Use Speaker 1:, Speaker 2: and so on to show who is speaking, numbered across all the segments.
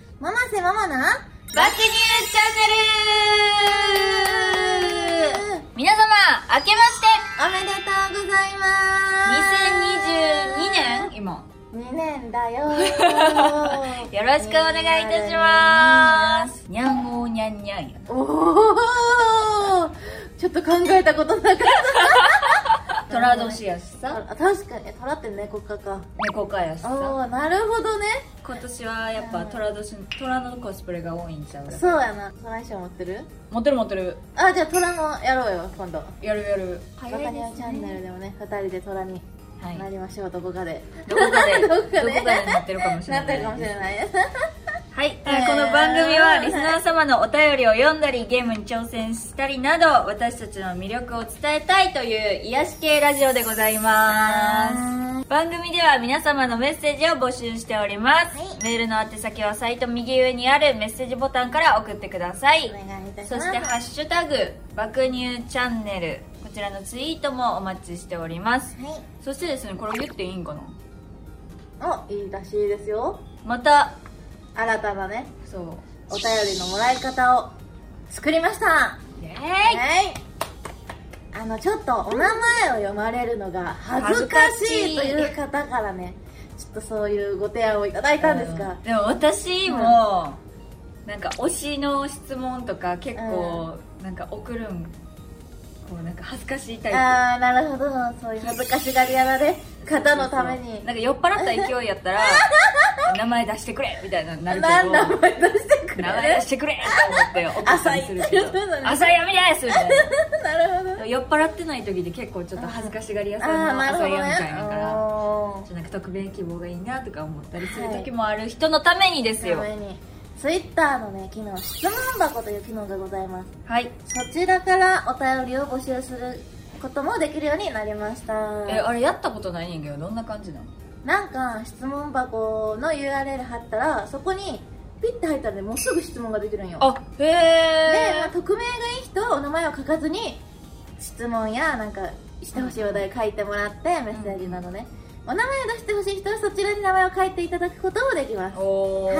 Speaker 1: バックニュースチャ
Speaker 2: ママな
Speaker 1: ンネル皆様、明けまして
Speaker 2: おめでとうございま
Speaker 1: !2022 年
Speaker 2: す
Speaker 1: 今。
Speaker 2: 2年だ
Speaker 1: よ
Speaker 2: よ
Speaker 1: ろしくお願いいたしますにゃんごーにゃんにゃんや。
Speaker 2: おおちょっと考えたことなかっ
Speaker 1: 虎年やしたさ、
Speaker 2: あ確かに虎って猫科か
Speaker 1: 猫かやし
Speaker 2: お
Speaker 1: さ。
Speaker 2: おなるほどね
Speaker 1: 今年はやっぱ虎年、虎のコスプレが多いんちゃう
Speaker 2: そうやな虎衣装持ってる
Speaker 1: 持ってる持ってる。
Speaker 2: あじゃあ虎のやろうよ今度
Speaker 1: やるやる。
Speaker 2: バカニャンチャンネルでもね2人で虎に
Speaker 1: はい
Speaker 2: な。りましょうどこかで
Speaker 1: どこかで、
Speaker 2: ど
Speaker 1: ど
Speaker 2: こ
Speaker 1: こ
Speaker 2: か
Speaker 1: か
Speaker 2: で
Speaker 1: でなってるかもしれな
Speaker 2: なっ
Speaker 1: い。
Speaker 2: てるかもしれない です
Speaker 1: はい、え
Speaker 2: えー
Speaker 1: ーこの番組はリスナー様のお便りを読んだりゲームに挑戦したりなど私たちの魅力を伝えたいという癒し系ラジオでございます番組では皆様のメッセージを募集しております、
Speaker 2: はい
Speaker 1: メールの宛先はサイト右上にあるメッセージボタンから送ってください
Speaker 2: お願いいたし
Speaker 1: そ
Speaker 2: ます
Speaker 1: して「ハッシュタグ爆乳チャンネル」こちらのツイートもお待ちしております
Speaker 2: はい
Speaker 1: そしてですねこれ言っていいんかな
Speaker 2: おいいらしいですよ
Speaker 1: また
Speaker 2: 新たなね
Speaker 1: そう
Speaker 2: お便りのもらい方を作りました
Speaker 1: イエーイ
Speaker 2: はいあのちょっとお名前を読まれるのが恥ずかしいという方からねちょっとそういうご提案をいただいたんですが
Speaker 1: うんでも私も、なんか推しの質問とか結構、なんか送るんこうなんか恥ずかしいタイプ
Speaker 2: ああなるほどそういう恥ずかしがり屋なね方のため
Speaker 1: そう
Speaker 2: に
Speaker 1: なんか酔っ払った勢いや ったら名前出してくれみたいなのになるけ
Speaker 2: 何名
Speaker 1: ど
Speaker 2: 前出してくれる
Speaker 1: 名前出してくれと思って送ったりするけど
Speaker 2: 浅いそうなの
Speaker 1: 浅い闇ですみたい
Speaker 2: なるほど
Speaker 1: な酔っ払ってない時で結構ちょっと恥ずかしがり屋
Speaker 2: あ
Speaker 1: さ
Speaker 2: あ
Speaker 1: んの
Speaker 2: なるほ
Speaker 1: 浅い
Speaker 2: ど
Speaker 1: 闇みたい
Speaker 2: ね
Speaker 1: なから
Speaker 2: お
Speaker 1: じゃなく特別希望がいいなとか思ったりする時もある人のためにで
Speaker 2: ー
Speaker 1: すよ
Speaker 2: ためにツイッターのね機能質問箱という機能がございます
Speaker 1: はい
Speaker 2: そちらからお便りを募集することもできるようになりました
Speaker 1: えあれやったことないねんけどどんな感じなの
Speaker 2: なんか質問箱の URL 貼ったらそこにピッて入ったらねもうすぐ質問ができるんよ
Speaker 1: あへ
Speaker 2: で、
Speaker 1: え
Speaker 2: まあ、匿名がいい人はお名前を書かずに質問やなんかしてほしい話題を書いてもらってメッセージなどね、お名前を出してほしい人はそちらに名前を書いていただくこともできます
Speaker 1: お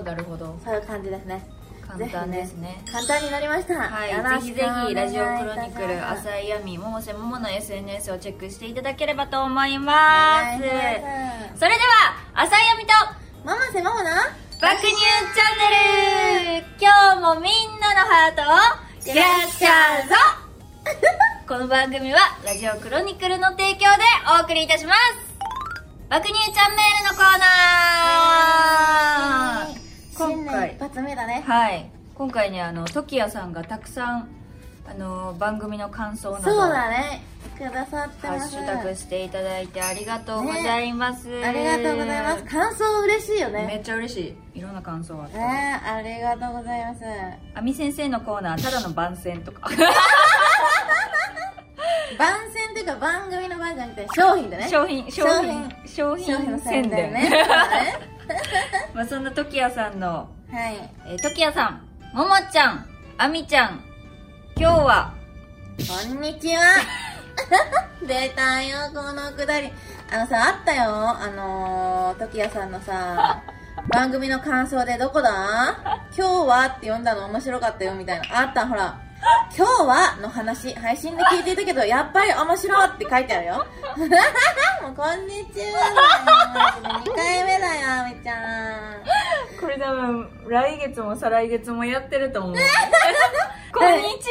Speaker 1: ー、なるほど
Speaker 2: そういう感じですね
Speaker 1: 簡単ですね
Speaker 2: 簡単になりましたよろ
Speaker 1: はい、ぜひ
Speaker 2: しく
Speaker 1: ぜ
Speaker 2: お願い
Speaker 1: ひ
Speaker 2: い
Speaker 1: ラ
Speaker 2: たし
Speaker 1: ジオ
Speaker 2: ます
Speaker 1: クロニクル浅い闇百瀬桃の SNS をチェックしていただければと思い
Speaker 2: お
Speaker 1: ます
Speaker 2: 願いします
Speaker 1: それでは浅い闇と
Speaker 2: ママせママな
Speaker 1: 爆乳チャンネル今日もみんなのハートをいらっしゃ るぞこの番組はラジオクロニクルの提供でお送りいたします爆乳チャンネルのコーナー
Speaker 2: 新年一発目だね
Speaker 1: はい今回ねあの時矢さんがたくさんあの番組の感想な
Speaker 2: そ
Speaker 1: ど
Speaker 2: う
Speaker 1: を
Speaker 2: だねくださって
Speaker 1: ハッ
Speaker 2: ま
Speaker 1: シ
Speaker 2: す
Speaker 1: ュタグしていただいてありがとうございます、
Speaker 2: ありがとうございます感想嬉しいよ
Speaker 1: め
Speaker 2: ね
Speaker 1: っちゃ嬉しいいろんな感想あっ
Speaker 2: ね
Speaker 1: た
Speaker 2: ありがとうございます
Speaker 1: あみ先生のコーナーただの番宣とか
Speaker 2: 番宣というか番組の番じゃなくて商品でね
Speaker 1: 商品商品商
Speaker 2: 商
Speaker 1: 品
Speaker 2: 品の
Speaker 1: 宣
Speaker 2: 宣伝
Speaker 1: 伝
Speaker 2: ね
Speaker 1: まあそんな時矢さんの、
Speaker 2: はい
Speaker 1: えー、時矢さんももちゃんあみちゃん今日は
Speaker 2: こんにちは 出たよこのくだりあのさあったよあのー、時矢さんのさ番組の感想でどこだ今日はって読んだの面白かったよみたいなあったほら今日はの話配信で聞いていたけどやっぱり面白いって書いてあるよ もうこんにちはだよ2回目だよあみちゃん
Speaker 1: これ多分来月も再来月もやってると 思うこんにち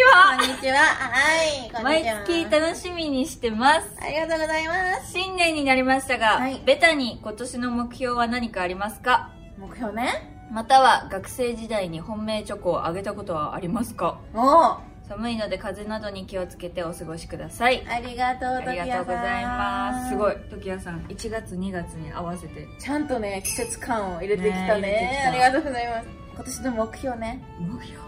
Speaker 1: は
Speaker 2: こんにちははいこん
Speaker 1: 毎
Speaker 2: にちは
Speaker 1: 月楽しみにしてます
Speaker 2: ありがとうございます
Speaker 1: 新年になりましたが、
Speaker 2: はい
Speaker 1: ベタに今年の目標は何かありますか
Speaker 2: 目標ね
Speaker 1: または学生時代に本命チョコをあげたことはありますか
Speaker 2: もう
Speaker 1: 寒いので風邪などに気をつけてお過ごしください
Speaker 2: ありがとう、
Speaker 1: ありがとうございますす
Speaker 2: い。
Speaker 1: ごい時矢さん1月2月に合わせて
Speaker 2: ちゃんとね、季節感を入れてきたね。
Speaker 1: ね
Speaker 2: あ
Speaker 1: 入れてきた
Speaker 2: りがとうございます。今年の目標ね。
Speaker 1: 目標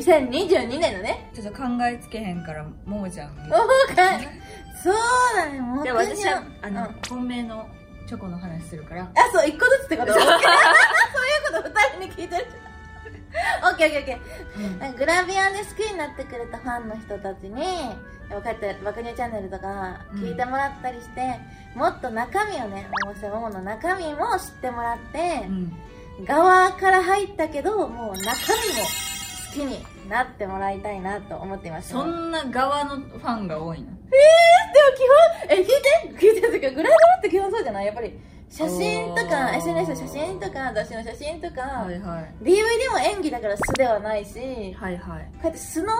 Speaker 2: 2022年のね。
Speaker 1: ちょっと考えつけへんからももちゃんに
Speaker 2: もうかそうだね、目
Speaker 1: じゃあ
Speaker 2: 標。
Speaker 1: 私はあ
Speaker 2: うん
Speaker 1: の、本命のチョコの話するから
Speaker 2: あ、そう、一個ずつってことそういうこと二人に聞いてる。オッケーオッケーオッケーなんかグラビアで好きになってくれたファンの人たちにこうやって「爆乳チャンネル」とか聞いてもらったりして、もっと中身をね「ももせもも」の中身も知ってもらって、
Speaker 1: うん
Speaker 2: 側から入ったけどもう中身も好きになってもらいたいなと思っています
Speaker 1: そんな側のファンが多いの
Speaker 2: えでも基本え聞いて聞いてる時はグラドルって基本そうじゃないやっぱり写真と
Speaker 1: お
Speaker 2: か
Speaker 1: ー
Speaker 2: SNS の写真とか雑誌の写真とか、
Speaker 1: はいはい
Speaker 2: DV でも演技だから素ではないしこ
Speaker 1: はいはいう
Speaker 2: やって素の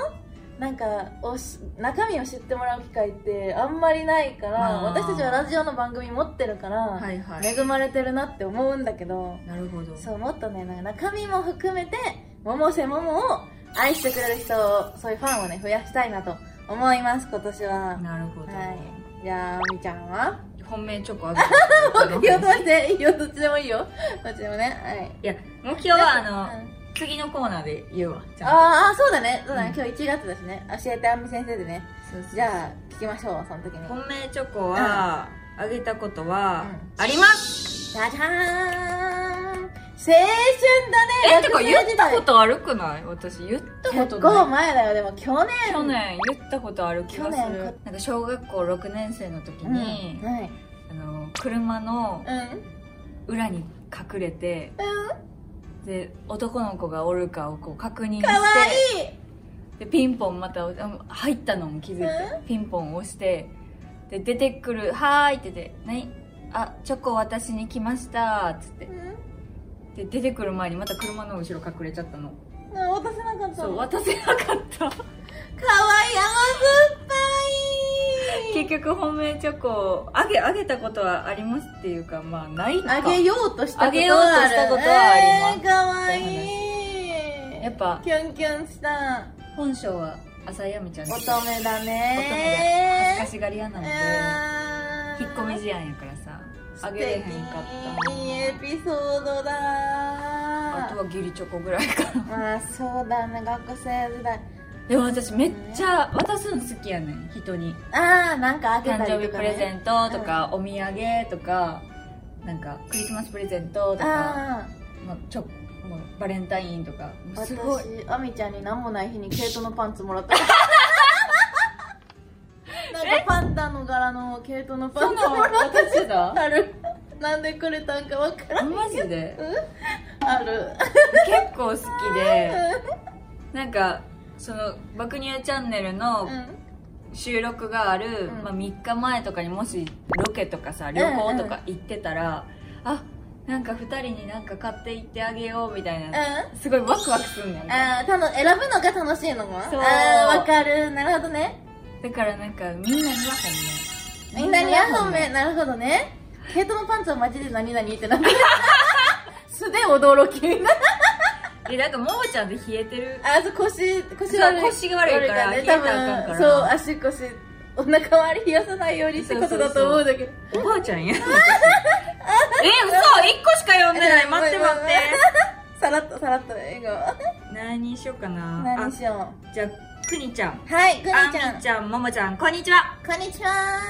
Speaker 2: なんかをし中身を知ってもらう機会ってあんまりないから
Speaker 1: あー
Speaker 2: 私たちはラジオの番組持ってるから、
Speaker 1: はいはい
Speaker 2: 恵まれてるなって思うんだけど
Speaker 1: なるほど
Speaker 2: そうもっとねなんか中身も含めて百瀬桃を愛してくれる人をそういうファンをね増やしたいなと思います今年は
Speaker 1: なるほど、
Speaker 2: はいじゃあみーちゃんは
Speaker 1: 本命チョコあげ
Speaker 2: 目 標と
Speaker 1: る
Speaker 2: して いいよどっちでもいいよどっちでもねはい
Speaker 1: いや目標は
Speaker 2: なんか
Speaker 1: あの、
Speaker 2: うん
Speaker 1: 次のコーナーで言うわちゃんと
Speaker 2: あーあーそうだねそうだね、
Speaker 1: うん
Speaker 2: 今日1月だしね教えてあんみ先生でね
Speaker 1: そうそう
Speaker 2: じゃあ聞きましょうその時に
Speaker 1: 本命チョコは、あげたことは
Speaker 2: うん、
Speaker 1: あります
Speaker 2: じゃじゃーん青春だね
Speaker 1: え、てか言ったこととあるくない私言ったこと
Speaker 2: 結構
Speaker 1: ない。
Speaker 2: 前だよでも去年
Speaker 1: 去年言ったことある気がす
Speaker 2: 去
Speaker 1: る
Speaker 2: 年。
Speaker 1: なんか小学校6年生の時
Speaker 2: うん
Speaker 1: に、
Speaker 2: はい
Speaker 1: あの、車の
Speaker 2: うん
Speaker 1: 裏に隠れて、で、男の子がおるかをこう確認して、
Speaker 2: かわいい
Speaker 1: で、ピンポンまたあの入ったのも気づいて、ピンポン押して、で、出てくる、はーいって言って、何あ、チョコ私に来ましたっつって。で、出てくる前にまた車の後ろ隠れちゃったの。
Speaker 2: うんあ渡せなかった
Speaker 1: そう、
Speaker 2: かわ
Speaker 1: 渡せなかっ た。
Speaker 2: いい甘
Speaker 1: 結局本命チョコをあげあげたことはありますっていうかまあない
Speaker 2: 酸っぱいあ
Speaker 1: か
Speaker 2: げようとしたことはある
Speaker 1: あげようとしたことはあります
Speaker 2: えー、かわいい
Speaker 1: やっぱ
Speaker 2: キュンキュンした
Speaker 1: 本性は浅井亜美ちゃんです
Speaker 2: 乙女だ
Speaker 1: 恥ずか
Speaker 2: ね
Speaker 1: しがり屋なので
Speaker 2: えー
Speaker 1: 引っ込み思案やからさあげれへんかった
Speaker 2: 素敵いいエピソードだ
Speaker 1: あとはギリチョコぐらいか な
Speaker 2: まあそうだね学生時代
Speaker 1: でも私めっちゃ渡すの好きやねん人に
Speaker 2: ああなんかあげ
Speaker 1: 誕
Speaker 2: たり
Speaker 1: 生日
Speaker 2: とか、
Speaker 1: プ
Speaker 2: ね、
Speaker 1: レゼントとか、お土産とかなんかクリスマスプレゼントとか
Speaker 2: ああ
Speaker 1: まあ、ちょもうバレンタインとかもう
Speaker 2: 私
Speaker 1: すごい
Speaker 2: あみちゃんに何もない日に毛糸のパンツもらった なんかパンダの柄の毛糸のパ
Speaker 1: そ
Speaker 2: ン
Speaker 1: ん
Speaker 2: ツ
Speaker 1: なん
Speaker 2: もらっ
Speaker 1: 渡して
Speaker 2: た
Speaker 1: た
Speaker 2: あるなんでくれたんかわからん
Speaker 1: マジで
Speaker 2: ある
Speaker 1: 結構好きでなんかその「爆乳チャンネル」の
Speaker 2: う
Speaker 1: 収録がある、
Speaker 2: うん
Speaker 1: まあ、3日前とかにもしロケとかさ旅行とか行ってたら、あなんか2人になんか買って行ってあげようみたい
Speaker 2: ん
Speaker 1: な、すごいワクワクすんねんだ
Speaker 2: あーたの選ぶのが楽しいのも
Speaker 1: そう
Speaker 2: あーわかるなるほどね
Speaker 1: からなんかみんなには本命
Speaker 2: みんなにあほめなるほどね毛糸のパンツはマジで何々ってなって 素で驚きみんな
Speaker 1: えなんかももちゃんで冷えてる
Speaker 2: あそう腰腰悪い
Speaker 1: そう腰が悪いから
Speaker 2: ね
Speaker 1: 冷え
Speaker 2: 多
Speaker 1: たらあかん
Speaker 2: 分
Speaker 1: から
Speaker 2: そう足腰お腹周り冷やさないようにってことだと思うんだけど
Speaker 1: おばあちゃんや え嘘1個しか読んでない待って待って
Speaker 2: さらっとさらっと笑
Speaker 1: 何にしようかな
Speaker 2: 顔何しよ
Speaker 1: あじゃあくにちゃん
Speaker 2: うはいくにち
Speaker 1: あん
Speaker 2: ゃん
Speaker 1: みちゃんももちゃんこんにちは
Speaker 2: こんにちは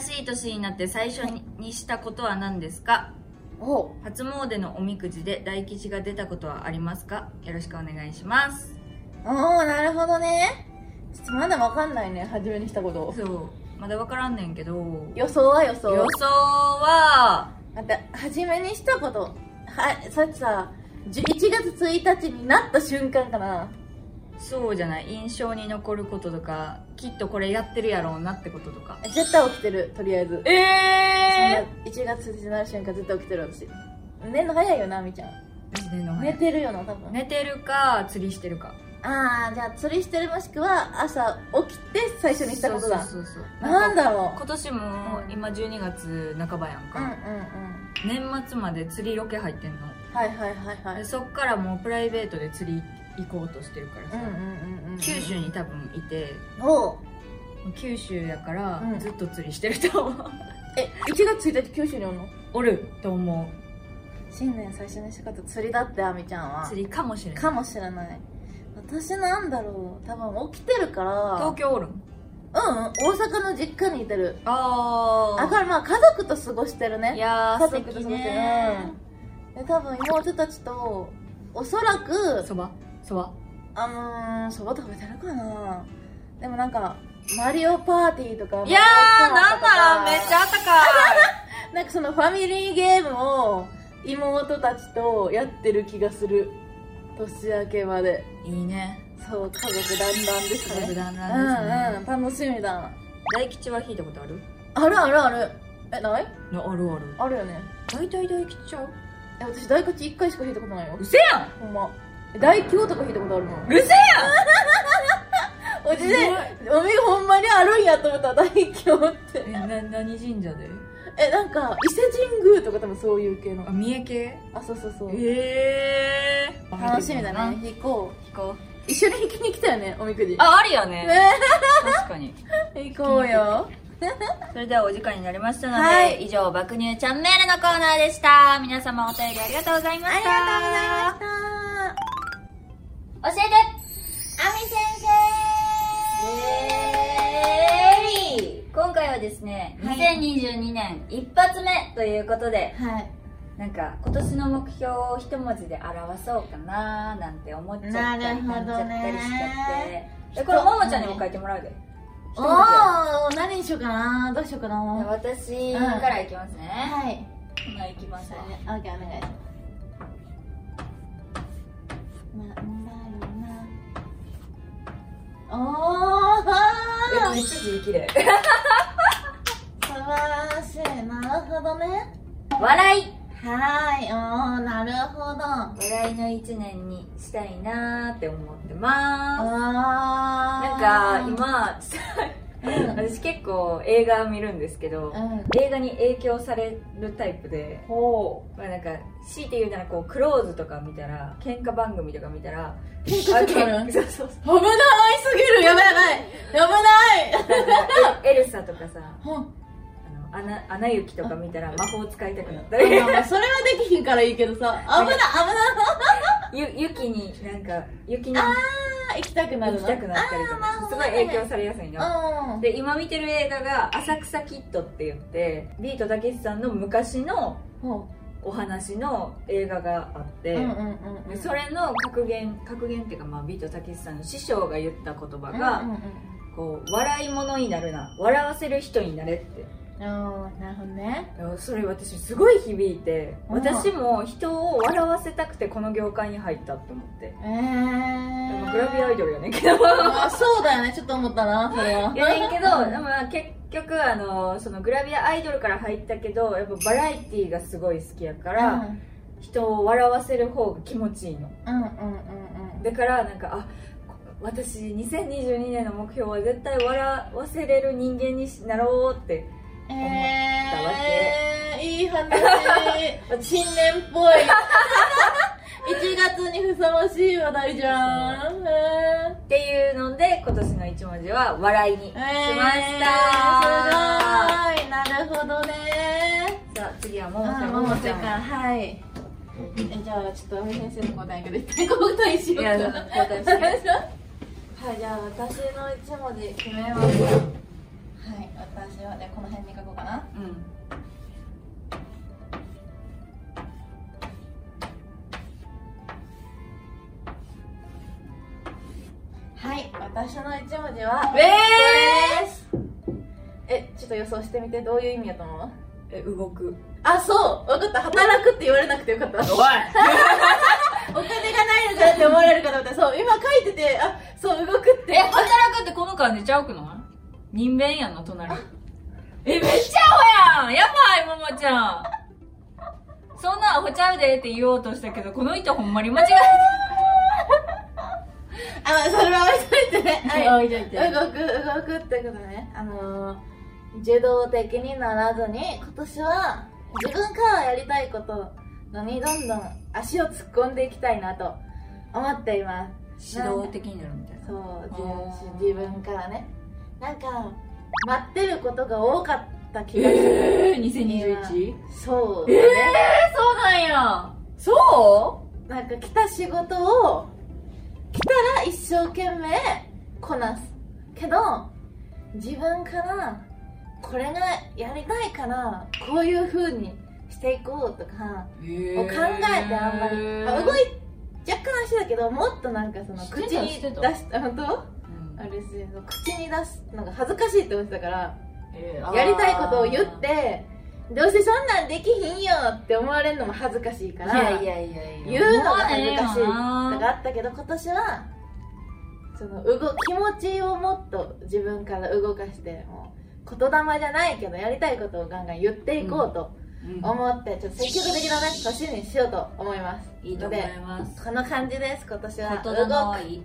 Speaker 1: 新しい年になって最初ににしたことは何ですか
Speaker 2: お
Speaker 1: 初詣のおみくじで大吉が出たことはありますかよろしくお願いします
Speaker 2: おーなるほどねちょっとまだわかんないね初めにしたこと
Speaker 1: そうまだ分からんねんけど予
Speaker 2: 予想は予想
Speaker 1: 想は
Speaker 2: だって初めにしたことはさっきさじゅ1月1日になった瞬間かな
Speaker 1: そうじゃない印象に残ることとかきっとこれやってるやろうなってこととか
Speaker 2: 絶対起きてるとりあえず
Speaker 1: ええ
Speaker 2: 1月1日になる瞬間絶対起きてる私寝るの早いよなみーちゃん寝てるよな多分
Speaker 1: 寝てるか釣りしてるか
Speaker 2: ああじゃあ釣りしてるもしくは朝起きて最初にしたことだ
Speaker 1: そうそうそうそう
Speaker 2: なんだろう
Speaker 1: 今年も
Speaker 2: うん
Speaker 1: 今12月半ばやん
Speaker 2: うんうんう
Speaker 1: か、
Speaker 2: ん
Speaker 1: 年末まで釣りロケ入ってんの、
Speaker 2: はいはいはいは
Speaker 1: で
Speaker 2: い
Speaker 1: そっからもうプライベートで釣り行こうとしてるから
Speaker 2: う
Speaker 1: さ、
Speaker 2: んうんうんうん
Speaker 1: 九州に多分いて
Speaker 2: おう
Speaker 1: 九州やから
Speaker 2: うん
Speaker 1: ずっと釣りしてると思う
Speaker 2: え1月1日九州におんの
Speaker 1: おると思
Speaker 2: 新年最初にしたこと釣りだってあみちゃん
Speaker 1: う
Speaker 2: は
Speaker 1: 釣りかもしれない
Speaker 2: かもしれない私なんだろう多分起きてるから
Speaker 1: 東京おるん
Speaker 2: うんうん大阪の実家にいてる
Speaker 1: あ
Speaker 2: あからまあ家族と過ごしてるね
Speaker 1: いやー
Speaker 2: 家
Speaker 1: 素
Speaker 2: 族と過
Speaker 1: 敵
Speaker 2: ごしてる
Speaker 1: ね
Speaker 2: で多分妹たちとおそらく
Speaker 1: そばそば
Speaker 2: あのー、そば食べてるかなでもなんかマリオパーティーとか
Speaker 1: いやーなんだめっち
Speaker 2: ゃ
Speaker 1: ゃあったかい
Speaker 2: なんかそのファミリーゲームを妹たちとやってる気がする年明けまで
Speaker 1: いいね
Speaker 2: そう家族団らんですね
Speaker 1: 家族団らんですね
Speaker 2: うんうん楽しみだ
Speaker 1: 大吉は引いたことある
Speaker 2: あるあるあるえない
Speaker 1: なあるある
Speaker 2: あるよね
Speaker 1: 大体大吉ちゃう
Speaker 2: え私大吉1回しか弾いたことないよ
Speaker 1: うせやん
Speaker 2: ほんまえ大凶とか弾いたことあるもん
Speaker 1: うせ
Speaker 2: おじでおみほんまにあるんやと思った大凶って
Speaker 1: やんえな何神社で
Speaker 2: えなんか伊勢神宮とか多分そういう系の
Speaker 1: あ三重系
Speaker 2: あそうそうそう
Speaker 1: ええ
Speaker 2: 楽しみだね弾こう
Speaker 1: 聞こう
Speaker 2: 一緒に弾きに来たよねおみくじ
Speaker 1: ああるよ
Speaker 2: ね
Speaker 1: ね確かに
Speaker 2: 行こうよ
Speaker 1: それではお時間になりましたので、
Speaker 2: はい
Speaker 1: 以上爆乳チャンネルのコーナーでした皆様お便りありがとうございました
Speaker 2: ありがとうございまし
Speaker 1: 教
Speaker 2: た
Speaker 1: えてあみ先生イエーイ今回はですね、
Speaker 2: はい
Speaker 1: 2022年一発目ということで
Speaker 2: はい
Speaker 1: なんか今年の目標を一文字で表そうかなーなんて思っちゃったり
Speaker 2: なるほ
Speaker 1: 感じち
Speaker 2: どね
Speaker 1: ゃったりしちゃってえこれももちゃんにも書いてもらうで一文
Speaker 2: おお何にしようかなどうしようか
Speaker 1: 字
Speaker 2: な
Speaker 1: で私からいきますね、
Speaker 2: はい
Speaker 1: 今いきますわ
Speaker 2: オッケーお願いなんだろうなお
Speaker 1: え
Speaker 2: ー
Speaker 1: めっちゃ字綺麗
Speaker 2: 素晴らしいなるほどね
Speaker 1: 笑い
Speaker 2: はいおーなるほど
Speaker 1: 笑いの一年にしたいなーって思ってまーすな
Speaker 2: あ
Speaker 1: んか今
Speaker 2: 今
Speaker 1: 私結構映画見るんですけど
Speaker 2: うん
Speaker 1: 映画に影響されるタイプで
Speaker 2: ほ
Speaker 1: まあなんか強いて言うならこうクローズとか見たら喧嘩番組とか見たら
Speaker 2: う結
Speaker 1: あ
Speaker 2: 構
Speaker 1: け
Speaker 2: ある
Speaker 1: そうそうそ
Speaker 2: 危ないすぎるやばいやばいやば
Speaker 1: うなんかエエルサとかさ
Speaker 2: い
Speaker 1: あのアナアナ雪とか見たら魔法使いたくなった
Speaker 2: あ
Speaker 1: り
Speaker 2: まあまあそれはできひんからいいけどさ危ない
Speaker 1: ゆ雪になんか雪に
Speaker 2: 危ない行きたくな
Speaker 1: 行
Speaker 2: る
Speaker 1: き
Speaker 2: の
Speaker 1: たくなったりと
Speaker 2: あーま
Speaker 1: か
Speaker 2: あ
Speaker 1: すごい影響されやすいの
Speaker 2: うん
Speaker 1: で今見てる映画が「浅草キッド」って言ってビートたけしさんの昔の
Speaker 2: ほ
Speaker 1: お話の映画があっ
Speaker 2: う
Speaker 1: て、
Speaker 2: うんうんう
Speaker 1: で
Speaker 2: ん
Speaker 1: それの格言格言っていうか、まあ、ビートたけしさんの師匠が言った言葉が、
Speaker 2: うんうん
Speaker 1: こう笑い者になるな笑わせる人になれって
Speaker 2: うんうんなるほどね
Speaker 1: それ私すごい響いて
Speaker 2: うん
Speaker 1: 私も人を笑わせたくてこの業界に入ったって思って
Speaker 2: え
Speaker 1: ま
Speaker 2: ー
Speaker 1: あグラビアアイドルやねん けど
Speaker 2: あそうだよねちょっと思ったなそれは
Speaker 1: やねんけど、まあ、結局あのそのグラビアアイドルから入ったけどやっぱバラエティーがすごい好きやから、
Speaker 2: うん
Speaker 1: 人を笑わせる方が気持ちいいの
Speaker 2: うんうんうんうん
Speaker 1: だからなんかあこ私2022年の目標は絶対笑わせれる人間になろうってったわ
Speaker 2: えー、いい話新年っぽい 1月にふさわしい話題じゃんえー
Speaker 1: っていうので今年の一文字は笑いにしました、
Speaker 2: えーすごいなるほどね
Speaker 1: さあ次はも
Speaker 2: も
Speaker 1: もちゃん
Speaker 2: ももちゃん
Speaker 1: ん
Speaker 2: はいえじゃあちょっと阿部先生の答えから一回交代しようか
Speaker 1: いや交代して
Speaker 2: はいじゃあ私の一文字決めましたはい私はねこの辺に書こうかな
Speaker 1: うん
Speaker 2: はい私の一文字は
Speaker 1: え
Speaker 2: えちょっと予想してみてどういう意味やと思う
Speaker 1: ー、え動く
Speaker 2: あそう分かった働くって言われなくてよかった
Speaker 1: おい
Speaker 2: お金がないのかなって思われるかと思ったそう今書いててあそう動くって
Speaker 1: え働くってこの感じちゃうくない人弁やんの隣えめっちゃアホやんやばいももちゃんそんなアホちゃうでって言おうとしたけどこの人ほんまに間違え
Speaker 2: あそれは置いといてね、
Speaker 1: た
Speaker 2: はい、
Speaker 1: いとい
Speaker 2: 動く動くってことねあのー、受動的にならずに今年は自分からやりたいことのにどんどん足を突っ込んでいきたいなと思っています
Speaker 1: 指導的になるみたいな
Speaker 2: そう自
Speaker 1: あー
Speaker 2: 分自分からねなんか待ってることが多かった気がする、
Speaker 1: ええ
Speaker 2: 2021
Speaker 1: 2021
Speaker 2: そ
Speaker 1: そう
Speaker 2: う、
Speaker 1: なんやそ
Speaker 2: なんか来た仕事を来たら一生懸命こなすけど自分からこれがやりたいからこういう風にしていこうとか
Speaker 1: う
Speaker 2: を考えてあんまり、まあ動い若干足だけどもっとなんかその
Speaker 1: してた
Speaker 2: 口に
Speaker 1: し
Speaker 2: 出
Speaker 1: て
Speaker 2: したた本当あれですよ口に出すのが恥ずかしいって思ってたから
Speaker 1: え
Speaker 2: やりたいことを言ってどうせそんなんできひんよって思われるのも恥ずかしいから
Speaker 1: やいやいやいや
Speaker 2: 言うのが恥ずかし
Speaker 1: 思わねえ
Speaker 2: いと
Speaker 1: よ
Speaker 2: か
Speaker 1: な
Speaker 2: あったけど今年はその動気持ちをもっと自分から動かしてもう言霊じゃないけどやりたいことをガンガン言っていこうと
Speaker 1: うん
Speaker 2: 思って、ちょっと積極的な、ね、年にしようと思います
Speaker 1: いいと思
Speaker 2: の
Speaker 1: います
Speaker 2: でこの感じです今年
Speaker 1: 言
Speaker 2: は
Speaker 1: 霊
Speaker 2: 動
Speaker 1: はいい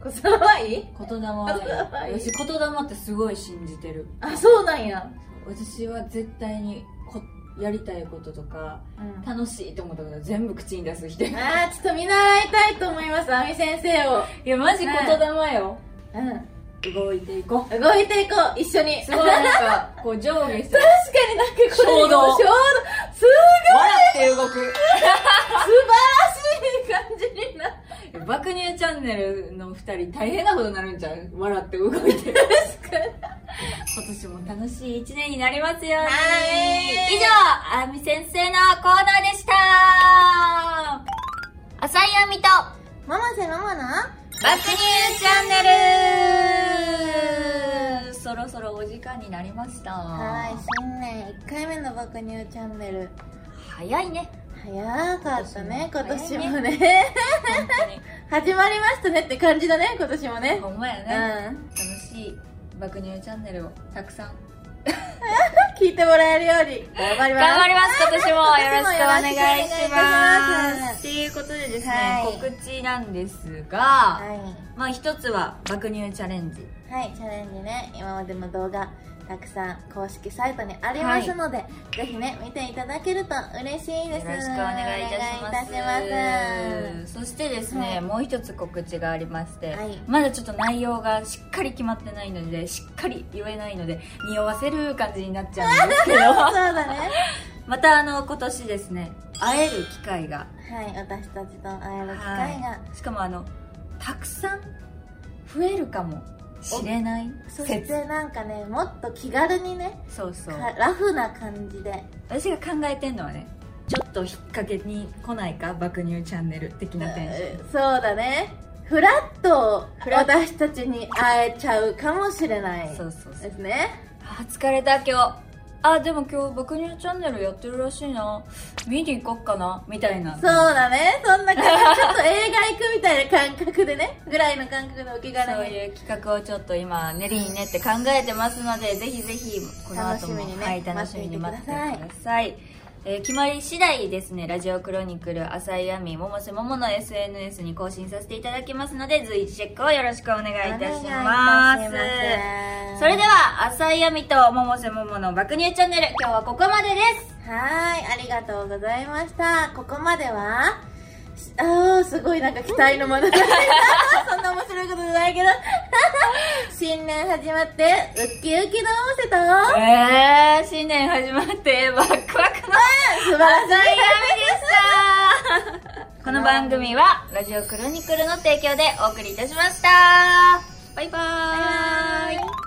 Speaker 2: く言霊はいい
Speaker 1: 言霊はいい
Speaker 2: 言霊
Speaker 1: 私言霊ってすごい信じてる
Speaker 2: あそうなんや、
Speaker 1: 私は絶対にこやりたいこととか
Speaker 2: うん
Speaker 1: 楽しいと思ったこと全部口に出す人い
Speaker 2: あーちょっと見習いたいと思いますあみ先生を
Speaker 1: やマジ言霊よ
Speaker 2: う
Speaker 1: 動いていこうん
Speaker 2: 動いていこう一緒に
Speaker 1: すごいなんかこう上下して
Speaker 2: 確かになんかこれ
Speaker 1: 衝動
Speaker 2: 衝動すごい
Speaker 1: 笑って動く
Speaker 2: 素晴らしい感じにな
Speaker 1: 爆乳チャンネルの2人大変なことになるんちゃう笑って動いて
Speaker 2: 確かに
Speaker 1: 今年も楽しい1年になりますように
Speaker 2: はい
Speaker 1: 以上あみ先生のコーナーでした浅井あみと
Speaker 2: ママせママな
Speaker 1: 爆乳チャンネルそろそろお時間になりました
Speaker 2: はい新年1回目の爆乳チャンネル
Speaker 1: 早いね
Speaker 2: 早かったね今
Speaker 1: 今
Speaker 2: 年
Speaker 1: 年も
Speaker 2: もね
Speaker 1: 本
Speaker 2: 始まりましたねって感じだね今年も
Speaker 1: 当に
Speaker 2: ね
Speaker 1: ほんまや
Speaker 2: う
Speaker 1: ね、
Speaker 2: ん
Speaker 1: 楽しい爆乳チャンネルをたくさん
Speaker 2: 聞いてもらえるように頑張ります
Speaker 1: 頑張ります今年もよろしくお願いし
Speaker 2: 今年もよろしくお願いしま
Speaker 1: ますすっていうことでですね、
Speaker 2: はい
Speaker 1: 告知なんですが、
Speaker 2: は
Speaker 1: まあ一つは爆乳チャレンジ
Speaker 2: い、はい、チャレンジね今までも動画たくさん公式サイトにありますので、ぜひね見ていただけると嬉しい
Speaker 1: よろしくお願いい
Speaker 2: です
Speaker 1: たします
Speaker 2: お願いいたします
Speaker 1: そしてですね、
Speaker 2: はい
Speaker 1: もう一つ告知がありまして、
Speaker 2: はい
Speaker 1: まだちょっと内容がしっかり決まってないのでしっかり言えないので匂わせる感じになっちゃうんです けど
Speaker 2: そうだね
Speaker 1: またあの今年ですね会える機会が
Speaker 2: はい、私たちと会える機会が、
Speaker 1: はい、しかもあのたくさん増えるかもしれない
Speaker 2: そ
Speaker 1: 説
Speaker 2: してなんかねもっと気軽にね
Speaker 1: そうそう
Speaker 2: かラフな感じで
Speaker 1: 私が考えてんのはねちょっと引っ掛けに来ないか爆乳チャンネル的なテンション
Speaker 2: そうだねフラッと私たちに会えちゃうかもしれない
Speaker 1: そうそうそう
Speaker 2: ですね
Speaker 1: あー疲れた今日あでも今日爆乳チャンネルやってるらしいな見に行こっかなみたいな
Speaker 2: そうだねそんな 感じちょっと映画行くみたいな感覚でねぐらいの感覚でお気
Speaker 1: そう
Speaker 2: 軽に
Speaker 1: いう企画をちょっと今練りに練って考えてますのでぜひぜひこの後も
Speaker 2: 楽しみにね
Speaker 1: はい、楽しみに待
Speaker 2: 待
Speaker 1: っ
Speaker 2: ってて
Speaker 1: く
Speaker 2: く
Speaker 1: だ
Speaker 2: だ
Speaker 1: さ
Speaker 2: さ
Speaker 1: い
Speaker 2: い
Speaker 1: えー決まり次第ですねラジオクロニクル浅井亜美百瀬桃の SNS に更新させていただきますので随時チェックをよろしくお願いいたします
Speaker 2: お願いいたします
Speaker 1: それでは浅井亜美と百瀬桃の爆乳チャンネル今日はここまでです
Speaker 2: はーいありがとうございましたここまではしあーすごいなんか期待のまなざし そんな面白いことじゃないけど 新年始まってウッキウキのおせと
Speaker 1: えー、新年始まってバックワクの
Speaker 2: 素晴らしい
Speaker 1: 浅井亜美でした この番組はラジオクロニクルの提供でお送りいたしましたバイバーイ
Speaker 2: バイバーイ